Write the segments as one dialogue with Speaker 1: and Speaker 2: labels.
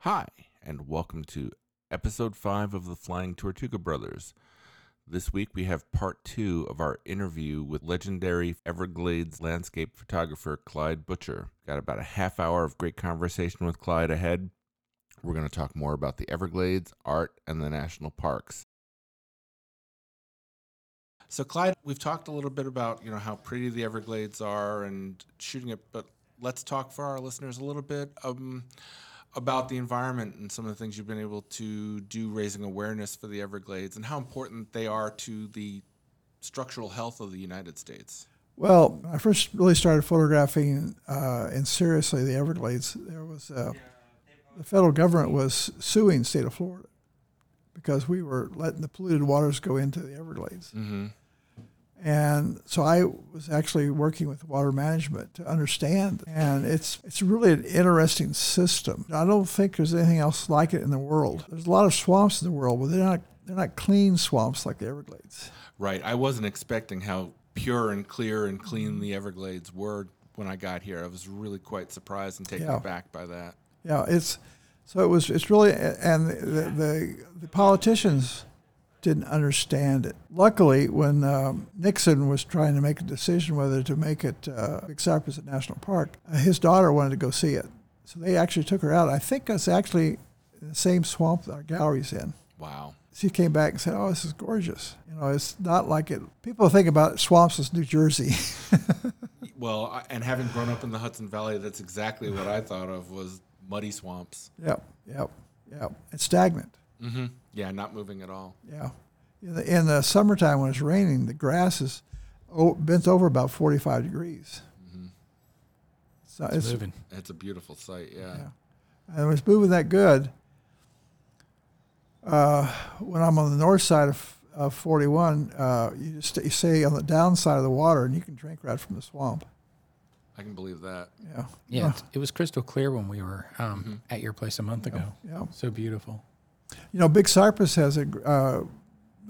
Speaker 1: Hi, and welcome to episode five of the Flying Tortuga Brothers. This week we have part two of our interview with legendary Everglades landscape photographer Clyde Butcher. Got about a half hour of great conversation with Clyde ahead. We're going to talk more about the Everglades, art, and the national parks. So, Clyde, we've talked a little bit about you know how pretty the Everglades are and shooting it, but let's talk for our listeners a little bit um, about the environment and some of the things you've been able to do, raising awareness for the Everglades and how important they are to the structural health of the United States.
Speaker 2: Well, I first really started photographing uh, and seriously the Everglades. There was uh, the federal government was suing the state of Florida because we were letting the polluted waters go into the Everglades.
Speaker 1: Mm-hmm.
Speaker 2: And so I was actually working with water management to understand. And it's it's really an interesting system. I don't think there's anything else like it in the world. There's a lot of swamps in the world, but they're not they're not clean swamps like the Everglades.
Speaker 1: Right. I wasn't expecting how pure and clear and clean the Everglades were when I got here. I was really quite surprised and taken
Speaker 2: Yeah.
Speaker 1: aback by that.
Speaker 2: Yeah, it's so it was. It's really and the the, the politicians didn't understand it. Luckily, when um, Nixon was trying to make a decision whether to make it uh, Big Cypress a national park, uh, his daughter wanted to go see it, so they actually took her out. I think that's actually the same swamp that our gallery's in.
Speaker 1: Wow.
Speaker 2: She came back and said, "Oh, this is gorgeous. You know, it's not like it. People think about swamps as New Jersey."
Speaker 1: Well, I- and having grown up in the Hudson Valley, that's exactly what I thought of was muddy swamps.
Speaker 2: yep, yep, yep. It's stagnant.
Speaker 1: Mm-hmm. Yeah, not moving at all.
Speaker 2: Yeah. In the, in the summertime when it's raining, the grass is o bent over about 45 degrees. So it's,
Speaker 3: moving.
Speaker 1: It's a beautiful sight. Yeah.
Speaker 2: Yeah. and it was moving that good. Uh, when I'm on the north side of, of 41, uh, you just you stay on the downside of the water and you can drink right from the swamp.
Speaker 1: I can believe that.
Speaker 2: Yeah.
Speaker 3: Yeah, it's it was crystal clear when we were um, at your place a month ago.
Speaker 2: Yeah.
Speaker 3: So beautiful.
Speaker 2: You know, Big Cypress has a gr- uh,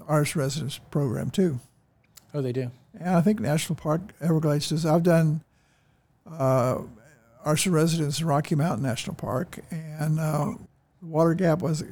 Speaker 2: artist residence program too.
Speaker 3: Oh, they do.
Speaker 2: And I think National Park Everglades does. I've done uh, arson residents in Rocky Mountain National Park, and uh, Water Gap was uh,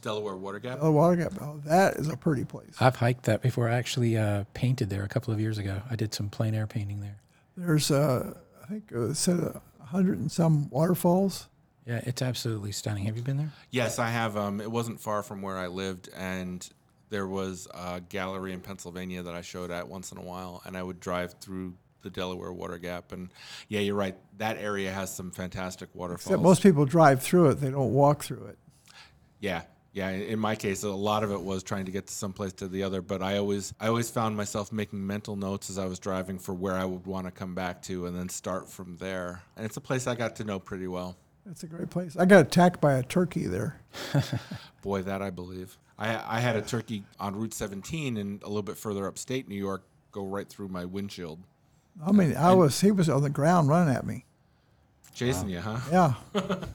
Speaker 1: Delaware Water Gap.
Speaker 2: the Water Gap. Oh, that is a pretty place.
Speaker 3: I've hiked that before. I actually uh, painted there a couple of years ago. I did some plein air painting there.
Speaker 2: There's, uh, I think, uh, it said a hundred and some waterfalls.
Speaker 3: Yeah, it's absolutely stunning. Have you been there?
Speaker 1: Yes, I have. Um, it wasn't far from where I lived, and there was a gallery in Pennsylvania that I showed at once in a while, and I would drive through the Delaware Water Gap. And yeah, you're right. That area has some fantastic waterfalls.
Speaker 2: Except most people drive through it; they don't walk through it.
Speaker 1: Yeah. Yeah, in my case, a lot of it was trying to get to some place to the other, but I always, I always found myself making mental notes as I was driving for where I would want to come back to, and then start from there. And it's a place I got to know pretty well.
Speaker 2: It's a great place. I got attacked by a turkey there.
Speaker 1: Boy, that I believe. I, I had a turkey on Route 17 and a little bit further upstate New York go right through my windshield,
Speaker 2: I mean, I was he was on the ground running at me.
Speaker 1: chasing you, huh?
Speaker 2: Yeah,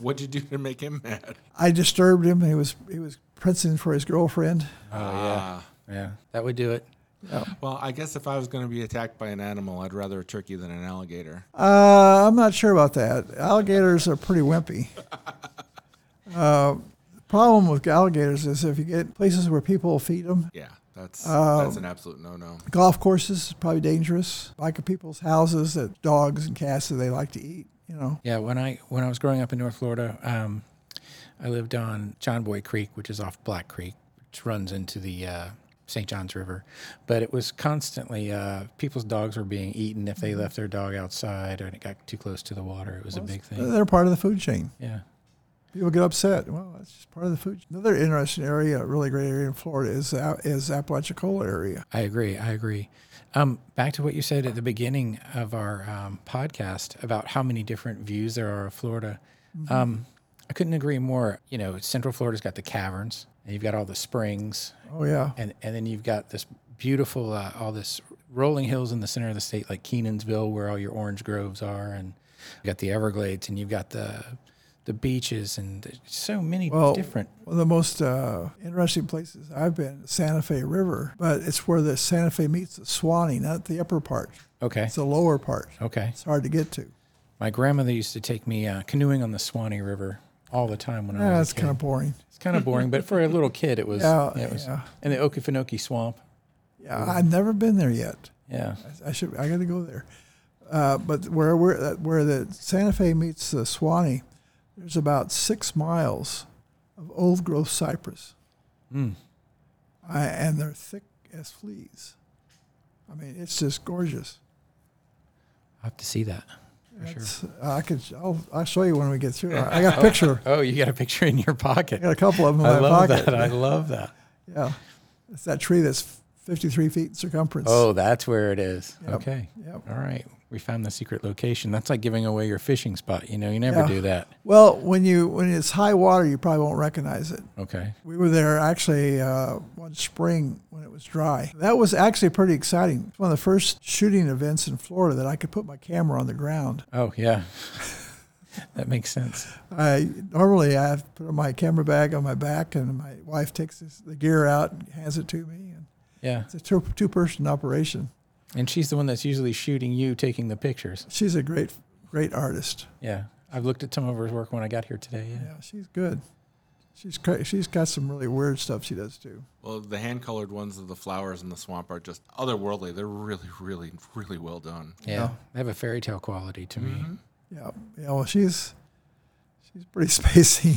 Speaker 1: What'd you do to make him mad?
Speaker 2: I disturbed him. He was he was prancing for his girlfriend.
Speaker 3: Oh yeah, yeah. That would do it.
Speaker 2: Yeah.
Speaker 1: Uh, Well, I guess if I was going to be attacked by an animal, I'd rather a turkey than an alligator.
Speaker 2: Uh, I'm not sure about that. Alligators are pretty wimpy. Uh, the problem with alligators is if you get places where people feed them,
Speaker 1: Yeah, that's
Speaker 3: Oh.
Speaker 1: that's an absolute no-no.
Speaker 2: golf courses is probably dangerous. Like at people's houses, that dogs and cats that they like to eat. You know,
Speaker 3: Yeah, when I when I was growing up in North Florida, um, I lived on John Boy Creek, which is off Black Creek, which runs into the uh, St. Johns River. But it was constantly uh, people's dogs were being eaten if
Speaker 2: Mm-hmm.
Speaker 3: they left their dog outside or it got too close to the water. It was a big thing.
Speaker 2: they're part of the food chain.
Speaker 3: Yeah.
Speaker 2: People get upset. Well, that's just part of the food. Another interesting area, a really great area in Florida, is is Apalachicola area.
Speaker 3: I agree. I agree. Um, back to what you said at the beginning of our um, podcast about how many different views there are of Florida. Um, I couldn't agree more. You know, Central Florida's got the caverns, and you've got all the springs,
Speaker 2: Oh yeah,
Speaker 3: and and then you've got this beautiful, uh, all this rolling hills in the center of the state, like Keenansville, where all your orange groves are, and you've got the Everglades, and you've got the the beaches, and there's so many
Speaker 2: Well,
Speaker 3: different.
Speaker 2: One of the most uh, interesting places I've been, Santa Fe River, but it's where the Santa Fe meets the Suwannee, not the upper part.
Speaker 3: Okay.
Speaker 2: It's the lower part.
Speaker 3: Okay.
Speaker 2: It's hard to get to.
Speaker 3: My grandmother used to take me uh, canoeing on the Suwannee River all the time when I
Speaker 2: Yeah,
Speaker 3: was
Speaker 2: Ah, it's
Speaker 3: a kid.
Speaker 2: kind of boring.
Speaker 3: it's kind of boring, but for a little kid, it was.
Speaker 2: Yeah,
Speaker 3: it was.
Speaker 2: yeah.
Speaker 3: And the Okefenokee Swamp.
Speaker 2: Yeah, I've never been there yet.
Speaker 3: Yeah.
Speaker 2: I should. I got to go there. Uh, but where where uh, where the Santa Fe meets the Suwannee, there's about six miles of old growth cypress,
Speaker 3: Mm.
Speaker 2: I, and they're thick as fleas. I mean, it's just gorgeous.
Speaker 3: I have to see that. For sure.
Speaker 2: It's- uh, I could. I'll, I'll show you when we get through. I I got a picture.
Speaker 3: Oh, you got a picture in your pocket.
Speaker 2: I got a couple of them in
Speaker 3: I
Speaker 2: my
Speaker 3: love
Speaker 2: pocket.
Speaker 3: that. I love that.
Speaker 2: Yeah, it's that tree that's 53 feet in circumference.
Speaker 3: Oh, that's where it is.
Speaker 2: Yep.
Speaker 3: Okay.
Speaker 2: Yep.
Speaker 3: All right. We found the secret location. That's like giving away your fishing spot. You know, you never
Speaker 2: Yeah.
Speaker 3: do that.
Speaker 2: Well, when you when it's high water, you probably won't recognize it.
Speaker 3: Okay.
Speaker 2: We were there actually uh, one spring when it was dry. That was actually pretty exciting. It's One of the first shooting events in Florida that I could put my camera on the ground.
Speaker 3: Oh, yeah. that makes sense.
Speaker 2: I normally I have put my camera bag on my back, and my wife takes this, the gear out and hands it to me. And
Speaker 3: Yeah.
Speaker 2: it's a two, two person operation.
Speaker 3: And she's the one that's usually shooting you taking the pictures.
Speaker 2: She's a great great artist.
Speaker 3: Yeah. I've looked at some of her work when I got here today. Yeah.
Speaker 2: Yeah, she's good. She's cra- she's got some really weird stuff she does too.
Speaker 1: Well, the hand colored ones of the flowers in the swamp are just otherworldly. They're really, really, really well done.
Speaker 3: Yeah. Mm-hmm.
Speaker 2: Yeah.
Speaker 3: They have a fairy tale quality to me.
Speaker 2: Yeah, yeah. Well, she's she's pretty spacey.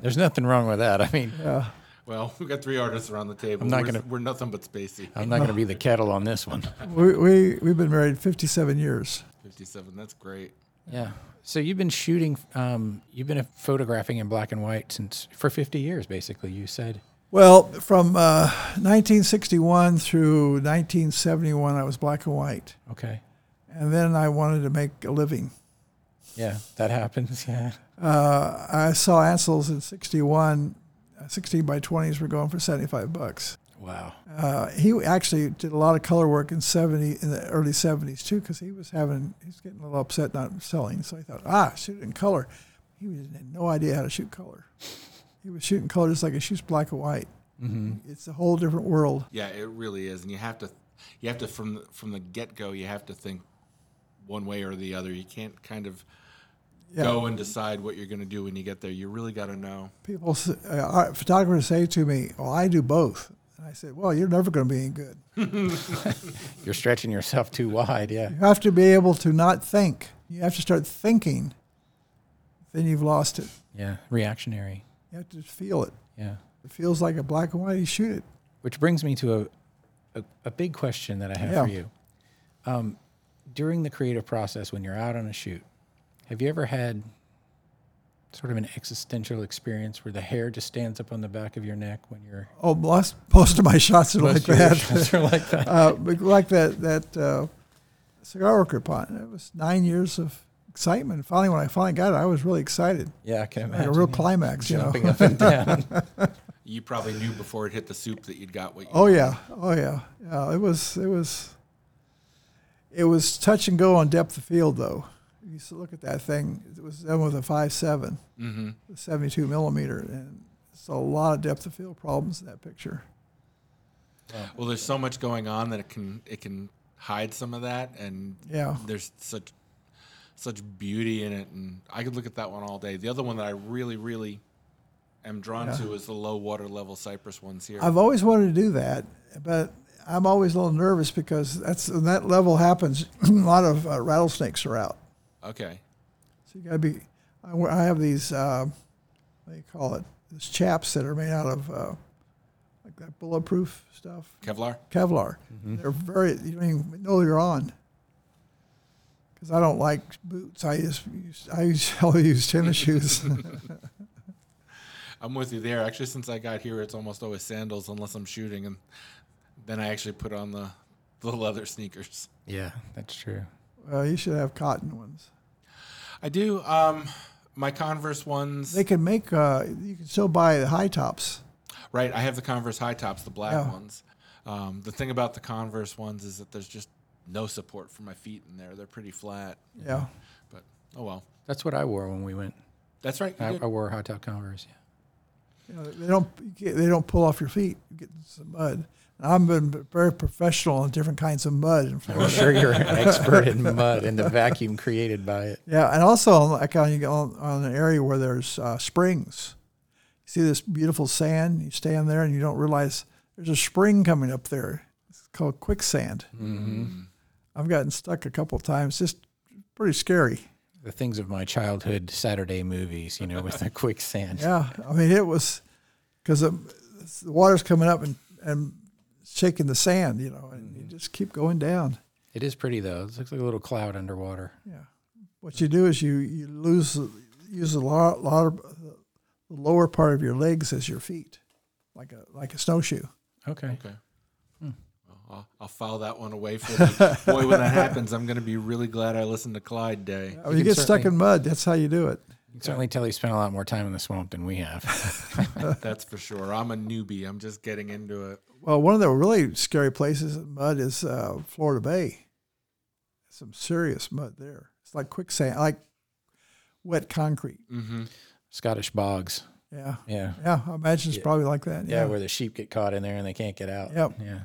Speaker 3: There's nothing wrong with that. I mean,
Speaker 2: yeah.
Speaker 1: Well, we've got three artists around the table.
Speaker 3: I'm not
Speaker 1: we're,
Speaker 3: gonna-
Speaker 1: we're nothing but spacey.
Speaker 3: I'm not going to be the kettle on this one.
Speaker 2: we, we we've been married 57 years.
Speaker 1: 57. That's great.
Speaker 3: Yeah. So you've been shooting, um, you've been photographing in black and white since for 50 years, basically. You said.
Speaker 2: Well, from uh, 1961 through 1971, I was black and white,
Speaker 3: Okay.
Speaker 2: and then I wanted to make a living.
Speaker 3: Yeah, that happens. Yeah.
Speaker 2: Uh, I saw Ansel's in 61. uh, 16 by 20s were going for 75 bucks.
Speaker 3: Wow.
Speaker 2: Uh, he actually did a lot of color work in 70 in the early 70s too, because he was having he's getting a little upset not selling. So he thought, ah, shoot it in color. He had no idea how to shoot color. He was shooting color just like he shoots black and white.
Speaker 3: Mm-hmm.
Speaker 2: It's a whole different world.
Speaker 1: Yeah, it really is. And you have to, you have to, from the, from the get go, you have to think one way or the other. You can't kind of
Speaker 2: Yeah.
Speaker 1: go and decide what you're going to do when you get there. You really got to know.
Speaker 2: People, s- uh, art- photographers say to me, "Well, I do both." And I said, "Well, you're never going to be any good.
Speaker 3: You're stretching yourself too wide. Yeah.
Speaker 2: You have to be able to not think. You have to start thinking. Then you've lost it.
Speaker 3: Yeah. Reactionary.
Speaker 2: You have to feel it.
Speaker 3: Yeah.
Speaker 2: It feels like a black and white. You shoot it.
Speaker 3: Which brings me to a, a, a big question that I have
Speaker 2: Yeah.
Speaker 3: for you. Um, during the creative process, when you're out on a shoot, have you ever had sort of an existential experience where the hair just stands up on the back of your neck when you're
Speaker 2: Oh, most, most of my shots are like
Speaker 3: Most of your
Speaker 2: that.
Speaker 3: shots are like that?
Speaker 2: uh, but like that that uh, cigar worker pot. It was nine years of excitement. Finally, when I finally got it, I was really excited.
Speaker 3: Yeah, I can
Speaker 2: Like
Speaker 3: imagine.
Speaker 2: a real
Speaker 3: yeah.
Speaker 2: climax, you know.
Speaker 3: Jumping up and down.
Speaker 1: You probably knew before it hit the soup that you'd got what you
Speaker 2: Oh yeah, oh yeah, yeah. It was it was it was touch and go on depth of field though. You used to look at that thing. It was done with a five seven,
Speaker 1: Mm-hmm.
Speaker 2: the seventy two millimeter, and it's a lot of depth of field problems in that picture.
Speaker 1: Well, there's so much going on that it can it can hide some of that, and
Speaker 2: Yeah.
Speaker 1: there's such such beauty in it, and I could look at that one all day. The other one that I really, really am drawn
Speaker 2: Yeah.
Speaker 1: to is the low water level cypress ones here.
Speaker 2: I've always wanted to do that, but I'm always a little nervous because that's when that level happens. a lot of uh, rattlesnakes are out,
Speaker 1: okay,
Speaker 2: so you got to be. I, wa- I have these uh, what do you call it? These chaps that are made out of uh, like that bulletproof stuff.
Speaker 1: Kevlar.
Speaker 2: Kevlar. They're very, you don't even know you're on. Because I don't like boots. I just use, I usually use tennis shoes.
Speaker 1: I'm with you there. Actually, since I got here, it's almost always sandals unless I'm shooting, and then I actually put on the the leather sneakers.
Speaker 3: yeah, that's true.
Speaker 2: uh, you should have cotton ones.
Speaker 1: I do. Um, my Converse ones.
Speaker 2: They can make, uh, you can still buy the high tops.
Speaker 1: Right, I have the Converse high tops, the black
Speaker 3: Oh.
Speaker 2: Yeah.
Speaker 1: ones. Um, the thing about the Converse ones is that there's just no support for my feet in there. They're pretty flat.
Speaker 2: Yeah.
Speaker 1: But oh well,
Speaker 3: That's what I wore when we went.
Speaker 1: that's right. you
Speaker 3: I,
Speaker 1: did.
Speaker 3: I wore high top Converse. Yeah.
Speaker 2: You know, they don't they don't pull off your feet. You get some mud. And I've been very professional in different kinds of mud in
Speaker 3: I'm
Speaker 2: Florida.
Speaker 3: sure you're an expert in mud and the vacuum created by it.
Speaker 2: Yeah, and also on- like on, you go on, on an area where there's uh, springs. You see this beautiful sand. You stand there and you don't realize there's a spring coming up there. It's called quicksand. I've gotten stuck a couple times. Just pretty scary.
Speaker 3: The things of my childhood Saturday movies, you know, with the quicksand.
Speaker 2: Yeah, I mean it was because the, the water's coming up and, and shaking the sand, you know, and you just keep going down.
Speaker 3: It is pretty though. It looks like a little cloud underwater.
Speaker 2: Yeah, what you do is you you lose the- use a lot lot of the lower part of your legs as your feet, like a like a snowshoe.
Speaker 3: Okay.
Speaker 1: Okay.
Speaker 3: Hmm.
Speaker 1: Well, I'll, I'll file that one away for you. Boy, when that happens, I'm going to be really glad I listened to Clyde Day.
Speaker 2: I mean, you,
Speaker 3: can
Speaker 2: get stuck
Speaker 3: certainly-
Speaker 2: in mud. That's how you do it.
Speaker 3: You can certainly tell he spent a lot more time in the swamp than we have.
Speaker 1: That's for sure. I'm a newbie. I'm just getting into it.
Speaker 2: Well, one of the really scary places in mud is uh, Florida Bay. Some serious mud there. It's like quicksand, like wet concrete.
Speaker 1: Mm-hmm.
Speaker 3: Scottish bogs.
Speaker 2: Yeah.
Speaker 3: Yeah.
Speaker 2: Yeah, I imagine it's probably like that.
Speaker 3: Yeah,
Speaker 2: Yeah.
Speaker 3: where the sheep get caught in there and they can't get out.
Speaker 2: Yep.
Speaker 3: Yeah.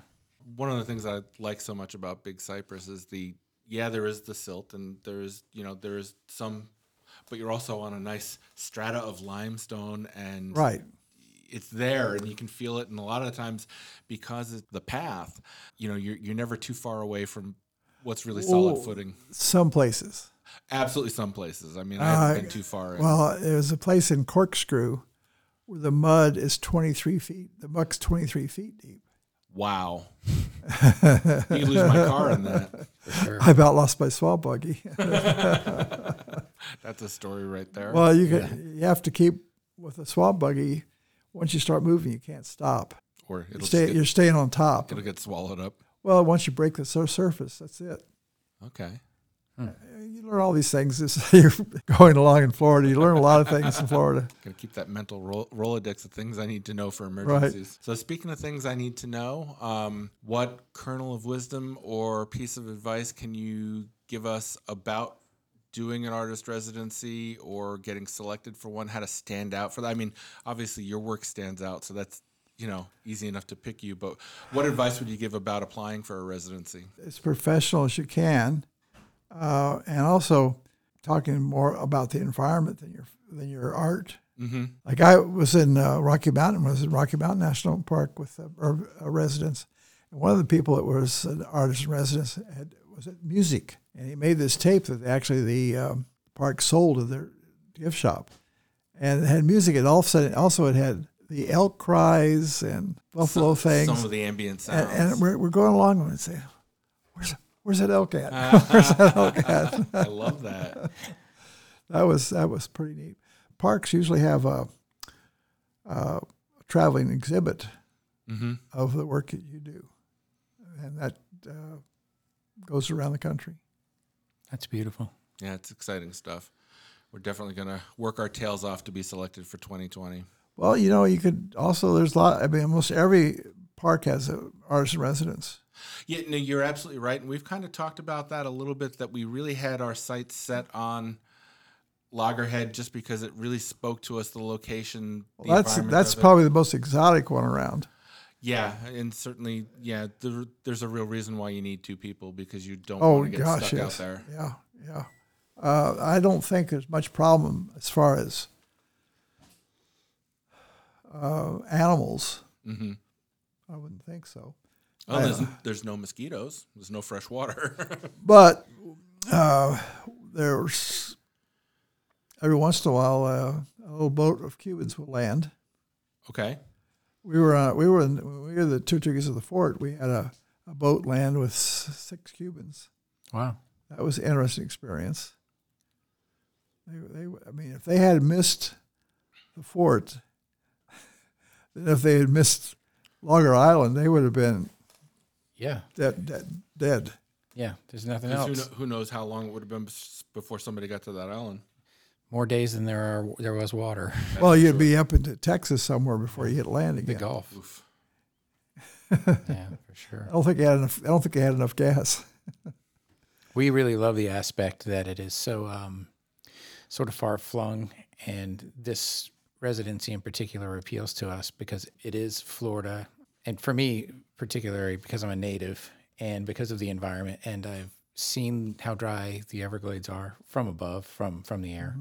Speaker 1: One of the things I like so much about Big Cypress is the yeah, there is the silt and there is you know there is some, but you're also on a nice strata of limestone and
Speaker 2: right.
Speaker 1: it's there and you can feel it. And a lot of times, because it's the path, you know, you're you're never too far away from what's really solid
Speaker 2: Oh.
Speaker 1: footing.
Speaker 2: Some places.
Speaker 1: Absolutely, some places. I mean, I haven't
Speaker 2: Uh,
Speaker 1: been too far. in.
Speaker 2: Well, there's a place in Corkscrew where the mud is 23 feet. The muck's 23 feet deep.
Speaker 1: wow, you could lose my car in that.
Speaker 2: I about lost my swab buggy.
Speaker 1: That's a story right there.
Speaker 2: well, you can, you have to keep with a swab buggy. Once you start moving, you can't stop.
Speaker 1: or it'll
Speaker 2: You
Speaker 1: just
Speaker 2: stay,
Speaker 1: get-
Speaker 2: you're staying on top.
Speaker 1: it'll get swallowed up.
Speaker 2: Well, once you break the sur- surface, that's it.
Speaker 1: Okay.
Speaker 2: You learn all these things as you're going along in Florida. You learn a lot of things in Florida.
Speaker 1: Gonna keep that mental ro- Rolodex of things I need to know for emergencies. So, speaking of things I need to know, um, what kernel of wisdom or piece of advice can you give us about doing an artist residency or getting selected for one? How to stand out for that? I mean, obviously your work stands out, so that's you know easy enough to pick you. But what advice would you give about applying for a residency?
Speaker 2: as professional as you can, uh, and also talking more about the environment than your than your art.
Speaker 1: Mm-hmm.
Speaker 2: Like I was in uh, Rocky Mountain, was in Rocky Mountain National Park with a, or a residence, and one of the people that was an artist in residence had was at music, and he made this tape that they actually the um, park sold at their gift shop, and it had music. And all of a sudden, also it had the elk cries and buffalo things,
Speaker 1: Some of the ambient
Speaker 2: and,
Speaker 1: sounds.
Speaker 2: and we're, we're going along and saying, "Where's where's that elk at?
Speaker 1: Uh.
Speaker 2: where's that elk at?"
Speaker 1: I love that.
Speaker 2: That was that was pretty neat. Parks usually have a, a traveling exhibit
Speaker 1: Mm-hmm.
Speaker 2: of the work that you do, and that uh, goes around the country.
Speaker 3: That's beautiful.
Speaker 1: Yeah, it's exciting stuff. We're definitely going to work our tails off to be selected for 2020.
Speaker 2: Well, you know, you could also there's a lot. I mean, almost every park has a artist in residence.
Speaker 1: Yeah, no, you're absolutely right. And we've kind of talked about that a little bit that we really had our sights set on Loggerhead just because it really spoke to us the location. the
Speaker 2: Well, that's
Speaker 1: environment
Speaker 2: that's
Speaker 1: of it.
Speaker 2: probably the most exotic one around.
Speaker 1: Yeah, and certainly, yeah, there, there's a real reason why you need two people because you don't
Speaker 2: Oh
Speaker 1: want to get
Speaker 2: gosh,
Speaker 1: stuck
Speaker 2: yes.
Speaker 1: out there.
Speaker 2: Yeah, yeah. Uh, I don't think there's much problem as far as uh, animals.
Speaker 1: hmm
Speaker 2: I wouldn't think so.
Speaker 1: Oh, there's, there's no mosquitoes, there's no fresh water.
Speaker 2: But uh, there's every once in a while uh, a little boat of Cubans will land.
Speaker 1: okay.
Speaker 2: We were uh, we were in, when we were the Tortugas of the fort. We had a, a boat land with s- six Cubans.
Speaker 3: Wow.
Speaker 2: That was an interesting experience. They, they, I mean, if they had missed the fort, then if they had missed Logger Island, they would have been
Speaker 3: Yeah.
Speaker 2: dead, dead, dead.
Speaker 3: Yeah. There's nothing
Speaker 1: 'Cause Who,
Speaker 3: else.
Speaker 1: kno- who knows how long it would have been s- before somebody got to that island?
Speaker 3: More days than there are there was water.
Speaker 2: well, you'd be up into Texas somewhere before you hit land
Speaker 3: The
Speaker 2: again.
Speaker 3: Gulf.
Speaker 1: Oof.
Speaker 3: Yeah, for sure.
Speaker 2: I don't think they had enough. I don't think they had enough gas.
Speaker 3: We really love the aspect that it is so um, sort of far flung, and this residency in particular appeals to us because it is Florida, and for me particularly because I'm a native and because of the environment, and I've seen how dry the Everglades are from above, from from the air,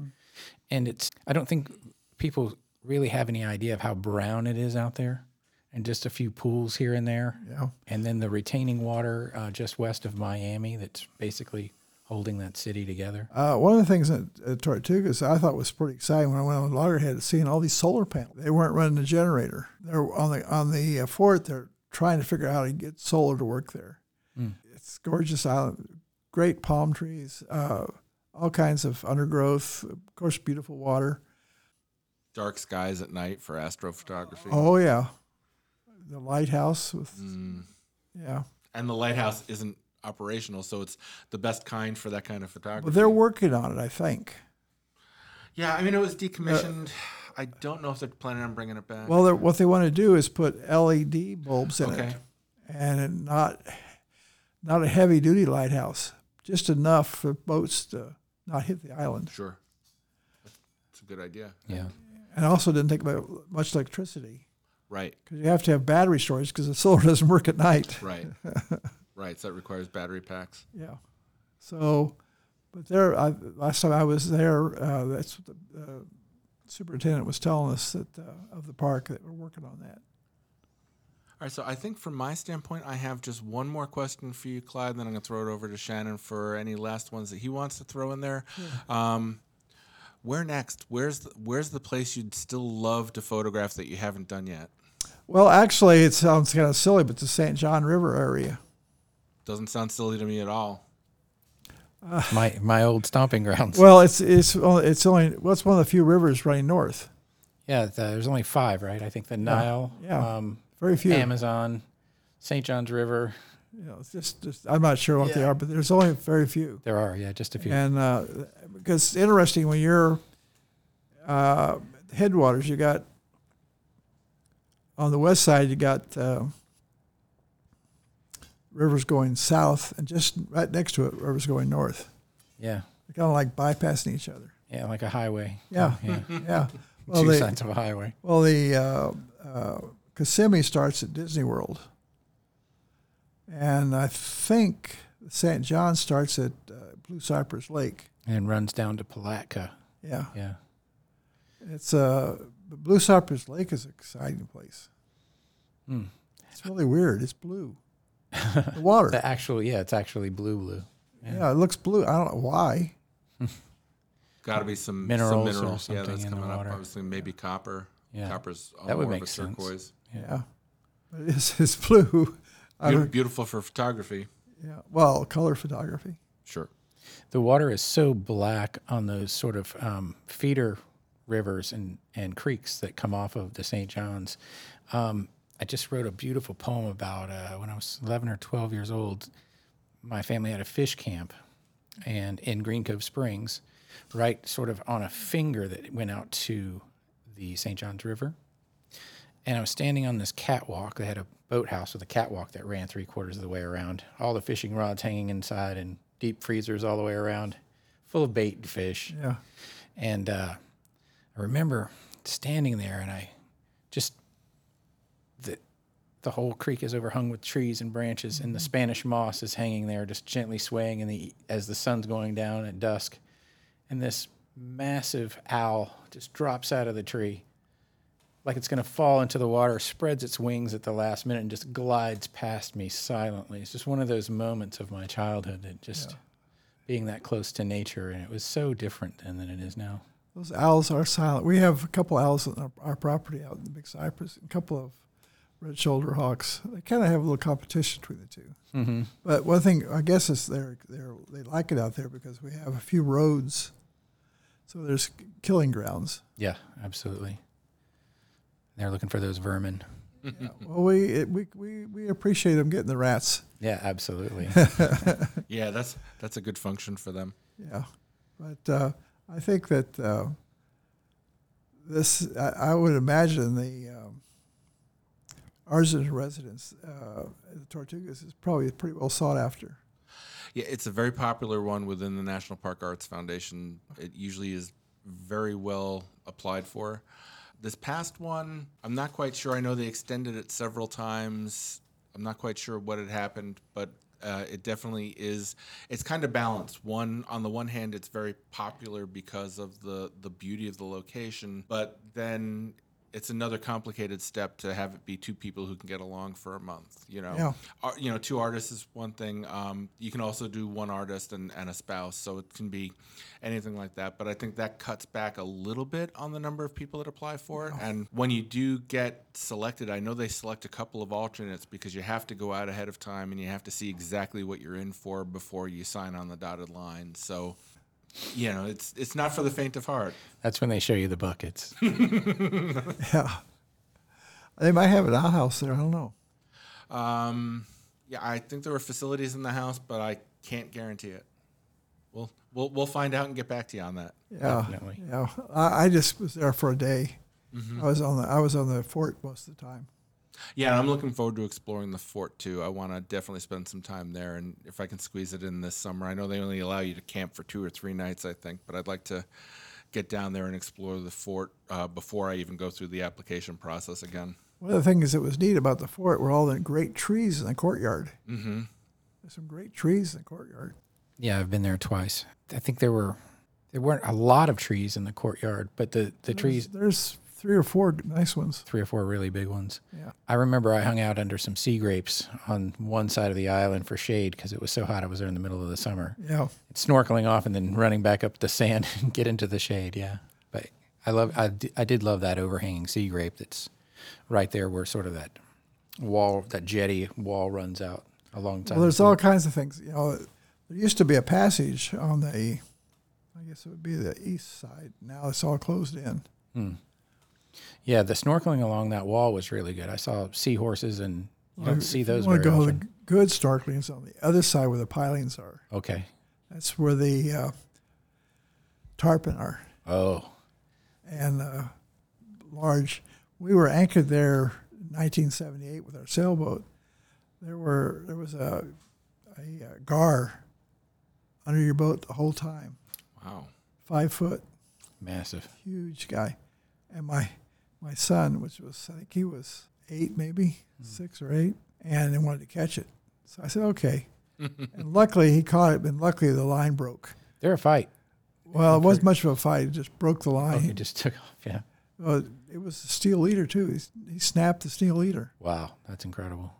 Speaker 3: and it's I don't think people really have any idea of how brown it is out there, and just a few pools here and there,
Speaker 2: Yeah.
Speaker 3: and then the retaining water uh, just west of Miami that's basically holding that city together.
Speaker 2: Uh, one of the things at, at Tortugas I thought was pretty exciting when I went on Loggerhead is seeing all these solar panels. They weren't running a generator. They're on the on the uh, fort. They're trying to figure out how to get solar to work there. It's gorgeous island, great palm trees, uh, all kinds of undergrowth, of course, beautiful water.
Speaker 1: Dark skies at night for astrophotography.
Speaker 2: Oh yeah, the lighthouse with yeah.
Speaker 1: And the lighthouse isn't operational, so it's the best kind for that kind of photography.
Speaker 2: Well, they're working on it, I think.
Speaker 1: yeah, I mean, it was decommissioned. I don't know if they're planning on bringing it back.
Speaker 2: Well, they're, what they want to do is put LED bulbs in
Speaker 1: Okay.
Speaker 2: it, and it not not a heavy duty lighthouse, just enough for boats to not hit the island,
Speaker 1: sure. It's a good idea.
Speaker 3: Yeah.
Speaker 2: and also didn't take mu- much electricity
Speaker 1: Right,
Speaker 2: because you have to have battery storage because the solar doesn't work at night.
Speaker 1: right, right. So that requires battery packs.
Speaker 2: Yeah, so but there, I, last time I was there, uh, that's what the uh, superintendent was telling us that uh, of the park that we're working on that.
Speaker 1: All right, so I think from my standpoint, I have just one more question for you, Clyde, and then I'm going to throw it over to Shannon for any last ones that he wants to throw in there. Um, where next? Where's the, where's the place you'd still love to photograph that you haven't done yet?
Speaker 2: Well, actually, it sounds kind of silly, but the St. John River area.
Speaker 1: Doesn't sound silly to me at all.
Speaker 3: my my old stomping grounds.
Speaker 2: Well, it's it's only, it's only well, it's one of the few rivers running north.
Speaker 3: yeah, the, there's only five, right? I think the Nile,
Speaker 2: yeah.
Speaker 3: Um,
Speaker 2: Very few.
Speaker 3: Amazon, St. John's River.
Speaker 2: You know, it's just, just I'm not sure what they are, but there's only very few.
Speaker 3: There are, yeah, just a few.
Speaker 2: And uh, because it's interesting when you're uh, headwaters, you got on the west side you got uh, rivers going south, and just right next to it, rivers going north.
Speaker 3: Yeah,
Speaker 2: They're kind of like bypassing each other.
Speaker 3: yeah, like a highway.
Speaker 2: Yeah,
Speaker 3: Yeah,
Speaker 2: yeah. Well,
Speaker 3: Hmm. two
Speaker 2: they-
Speaker 3: sides of a highway.
Speaker 2: Well, the uh, uh, Kissimmee starts at Disney World, and I think St. John starts at uh, Blue Cypress Lake.
Speaker 3: And runs down to Palatka.
Speaker 2: Yeah,
Speaker 3: Yeah,
Speaker 2: it's uh, but Blue Cypress Lake is an exciting place.
Speaker 3: Hmm.
Speaker 2: It's really weird. It's blue. The water.
Speaker 3: the actual, yeah, it's actually blue, blue
Speaker 2: yeah, it looks blue. I don't know why.
Speaker 1: Got to be some
Speaker 3: Minerals or
Speaker 1: Some minerals. yeah,
Speaker 3: something
Speaker 1: that's
Speaker 3: in the
Speaker 1: coming up.
Speaker 3: water.
Speaker 1: Obviously, maybe copper.
Speaker 3: Yeah.
Speaker 1: Copper's all
Speaker 3: That would
Speaker 1: more
Speaker 3: make
Speaker 1: of a
Speaker 3: sense.
Speaker 1: turquoise.
Speaker 2: Yeah, but it's it's blue. I
Speaker 1: Beau-
Speaker 2: don't,
Speaker 1: beautiful for photography.
Speaker 2: yeah. Well, color photography.
Speaker 1: Sure.
Speaker 3: the water is so black on those sort of um, feeder rivers and, and creeks that come off of the St. John's. Um, I just wrote a beautiful poem about uh, when I was 11 or 12 years old. My family had a fish camp and in Green Cove Springs, right sort of on a finger that went out to the St. John's River. And I was standing on this catwalk. They had a boathouse with a catwalk that ran three quarters of the way around. All the fishing rods hanging inside and deep freezers all the way around, full of bait and fish.
Speaker 2: Yeah.
Speaker 3: And uh, I remember standing there, and I just the the whole creek is overhung with trees and branches, and the Spanish moss is hanging there, just gently swaying in the as the sun's going down at dusk. And this massive owl just drops out of the tree, like it's going to fall into the water, spreads its wings at the last minute, and just glides past me silently. It's just one of those moments of my childhood that just being that close to nature, and it was so different than, than it is now.
Speaker 2: Those owls are silent. We have a couple owls on our, our property out in the Big Cypress, a couple of red shoulder hawks. They kind of have a little competition between the 2 But one thing, I guess, is they're, they're, they like it out there because we have a few roads. So there's killing grounds.
Speaker 3: Yeah, absolutely. They're looking for those vermin.
Speaker 2: Yeah. well, we, it, we, we, we appreciate them getting the rats.
Speaker 3: Yeah, absolutely.
Speaker 1: Yeah, that's that's a good function for them.
Speaker 2: Yeah, but uh, I think that uh, this, I, I would imagine the um, Arzen residence, uh, the Tortugas, is probably pretty well sought after.
Speaker 1: Yeah, it's a very popular one within the National Park Arts Foundation. It usually is very well applied for. This past one, I'm not quite sure. I know they extended it several times. I'm not quite sure what had happened, but uh, it definitely is. It's kind of balanced. One on the one hand, it's very popular because of the the beauty of the location, but then it's another complicated step to have it be two people who can get along for a month. You know,
Speaker 2: Yeah.
Speaker 1: Ar- you know, two artists is one thing. Um, you can also do one artist and, and a spouse, so it can be anything like that. But I think that cuts back a little bit on the number of people that apply for it. And when you do get selected, I know they select a couple of alternates because you have to go out ahead of time and you have to see exactly what you're in for before you sign on the dotted line. So, you know, it's it's not for the faint of heart.
Speaker 3: That's when they show you the buckets.
Speaker 2: Yeah. They might have an outhouse there. I don't know.
Speaker 1: Um, yeah, I think there were facilities in the house, but I can't guarantee it. We'll we'll, we'll find out and get back to you on that.
Speaker 2: Yeah.
Speaker 3: Definitely.
Speaker 2: Yeah. I, I just was there for a day. I was on the I was on the fort most of the time.
Speaker 1: Yeah, and I'm looking forward to exploring the fort too. I want to definitely spend some time there, and if I can squeeze it in this summer, I know they only allow you to camp for two or three nights, I think, but I'd like to get down there and explore the fort uh, before I even go through the application process again.
Speaker 2: One of the things that was neat about the fort were all the great trees in the courtyard. Mm-hmm. There's some great trees in the courtyard.
Speaker 3: Yeah, I've been there twice. I think there were there weren't a lot of trees in the courtyard, but the the trees
Speaker 2: There's three or four nice ones.
Speaker 3: three or four really big ones.
Speaker 2: Yeah.
Speaker 3: I remember I hung out under some sea grapes on one side of the island for shade because it was so hot. I was there in the middle of the summer,
Speaker 2: Yeah.
Speaker 3: snorkeling off and then running back up the sand and get into the shade. Yeah, but I love I, d- I did love that overhanging sea grape that's right there where sort of that wall that jetty wall runs out alongside.
Speaker 2: Well, there's all kinds of things. You know, there used to be a passage on the, I guess it would be the east side. Now it's all closed in.
Speaker 3: yeah, the snorkeling along that wall was really good. I saw seahorses and you don't see those
Speaker 2: want
Speaker 3: very
Speaker 2: to go
Speaker 3: often.
Speaker 2: to the good snorkeling's on the other side where the pilings are.
Speaker 3: Okay.
Speaker 2: That's where the uh, tarpon are
Speaker 3: Oh,
Speaker 2: and uh, large. We were anchored there in 1978 with our sailboat. There were there was a, a, uh gar under your boat the whole time,
Speaker 1: Wow.
Speaker 2: five foot,
Speaker 3: massive.
Speaker 2: huge guy, and my my son, which was I think he was eight maybe six or eight, and he wanted to catch it. So I said okay, and luckily he caught it, and luckily the line broke.
Speaker 3: They're a fight.
Speaker 2: Well, it wasn't much of a fight. It just broke the
Speaker 3: Oh, it
Speaker 2: line.
Speaker 3: just took off. Yeah.
Speaker 2: Uh, it was a steel leader too. He, s- he snapped the steel leader.
Speaker 3: Wow, that's incredible.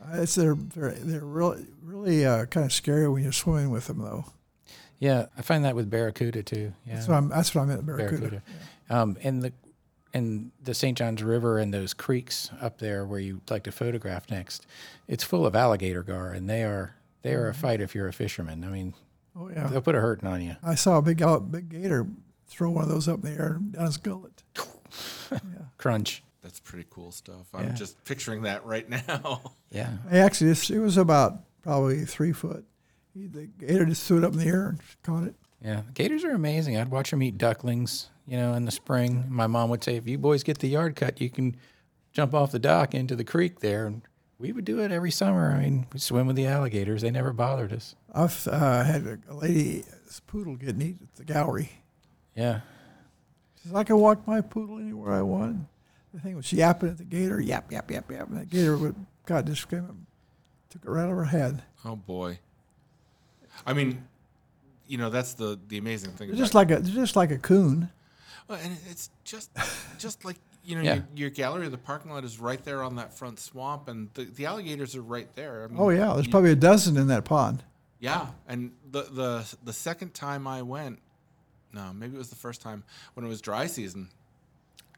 Speaker 2: Uh, it's they're they're, they're really really uh, kind of scary when you're swimming with them though.
Speaker 3: Yeah, I find that with barracuda too. Yeah,
Speaker 2: That's what I'm that's what I meant barracuda. barracuda.
Speaker 3: Um, and the and the St. Johns River and those creeks up there where you like to photograph next, it's full of alligator gar, and they are they are a fight if you're a fisherman. I mean,
Speaker 2: Oh yeah,
Speaker 3: they'll put a hurting on you.
Speaker 2: I saw a big out big gator throw one of those up in the air and down his gullet.
Speaker 3: Crunch.
Speaker 1: That's pretty cool stuff. I'm just picturing that right now.
Speaker 3: Yeah.
Speaker 2: He actually just, it was about probably three foot. He, the gator just threw it up in the air and caught it.
Speaker 3: Yeah, gators are amazing. I'd watch them eat ducklings, you know, in the spring. My mom would say, if you boys get the yard cut, you can jump off the dock into the creek there. And we would do it every summer. I mean, we swim with the alligators. They never bothered us.
Speaker 2: I've uh, had a, a lady's poodle getting eaten at the gallery.
Speaker 3: Yeah.
Speaker 2: She says, I can walk my poodle anywhere I want. The thing was yapping at the gator, yap, yap, yap, yap. And the gator would, God, just came and took it right over her head.
Speaker 1: Oh boy. I mean, you know, that's the the amazing thing.
Speaker 2: They're
Speaker 1: about-
Speaker 2: just like a, they're just like a coon.
Speaker 1: Well, and it's just, just like you know,
Speaker 3: Yeah.
Speaker 1: your, your gallery, the parking lot is right there on that front swamp, and the, the alligators are right there. I mean,
Speaker 2: Oh, yeah. There's
Speaker 1: you-
Speaker 2: probably a dozen in that pond.
Speaker 1: yeah. And the the the second time I went, no, maybe it was the first time when it was dry season,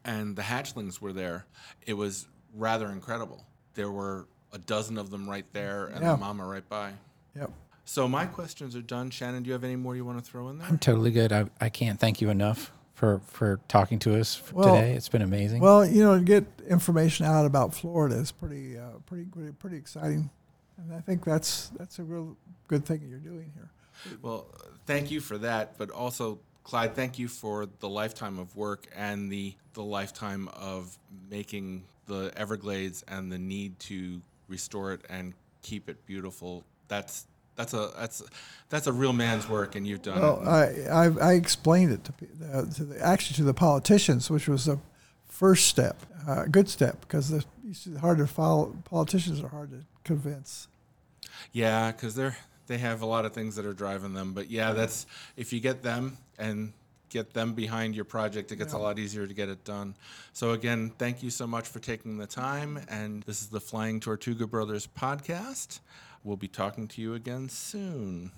Speaker 1: and the hatchlings were there. It was rather incredible. There were a dozen of them right there, and
Speaker 2: Yeah.
Speaker 1: the mama right by.
Speaker 2: Yep.
Speaker 1: So my questions are done. Shannon, do you have any more you want to throw in there?
Speaker 3: I'm totally good. I, I can't thank you enough for, for talking to us for
Speaker 2: Well-
Speaker 3: today. It's been amazing.
Speaker 2: Well, you know, to get information out about Florida is pretty, uh, pretty, pretty, pretty exciting. And I think that's, that's a real good thing that you're doing here.
Speaker 1: Well, uh, thank you for that, but also Clyde, thank you for the lifetime of work and the the lifetime of making the Everglades and the need to restore it and keep it beautiful. That's that's a that's that's a real man's work, and you've done
Speaker 2: Well,
Speaker 1: it.
Speaker 2: I, I, I explained it to, pe- uh, to the, actually to the politicians, which was the first step, uh, a good step, because the, it's hard to follow. Politicians are hard to convince.
Speaker 1: Yeah, because they're they have a lot of things that are driving them. But yeah, that's if you get them and get them behind your project, it gets a lot easier to get it done. So again, thank you so much for taking the time. And this is the Flying Tortuga Brothers podcast. We'll be talking to you again soon.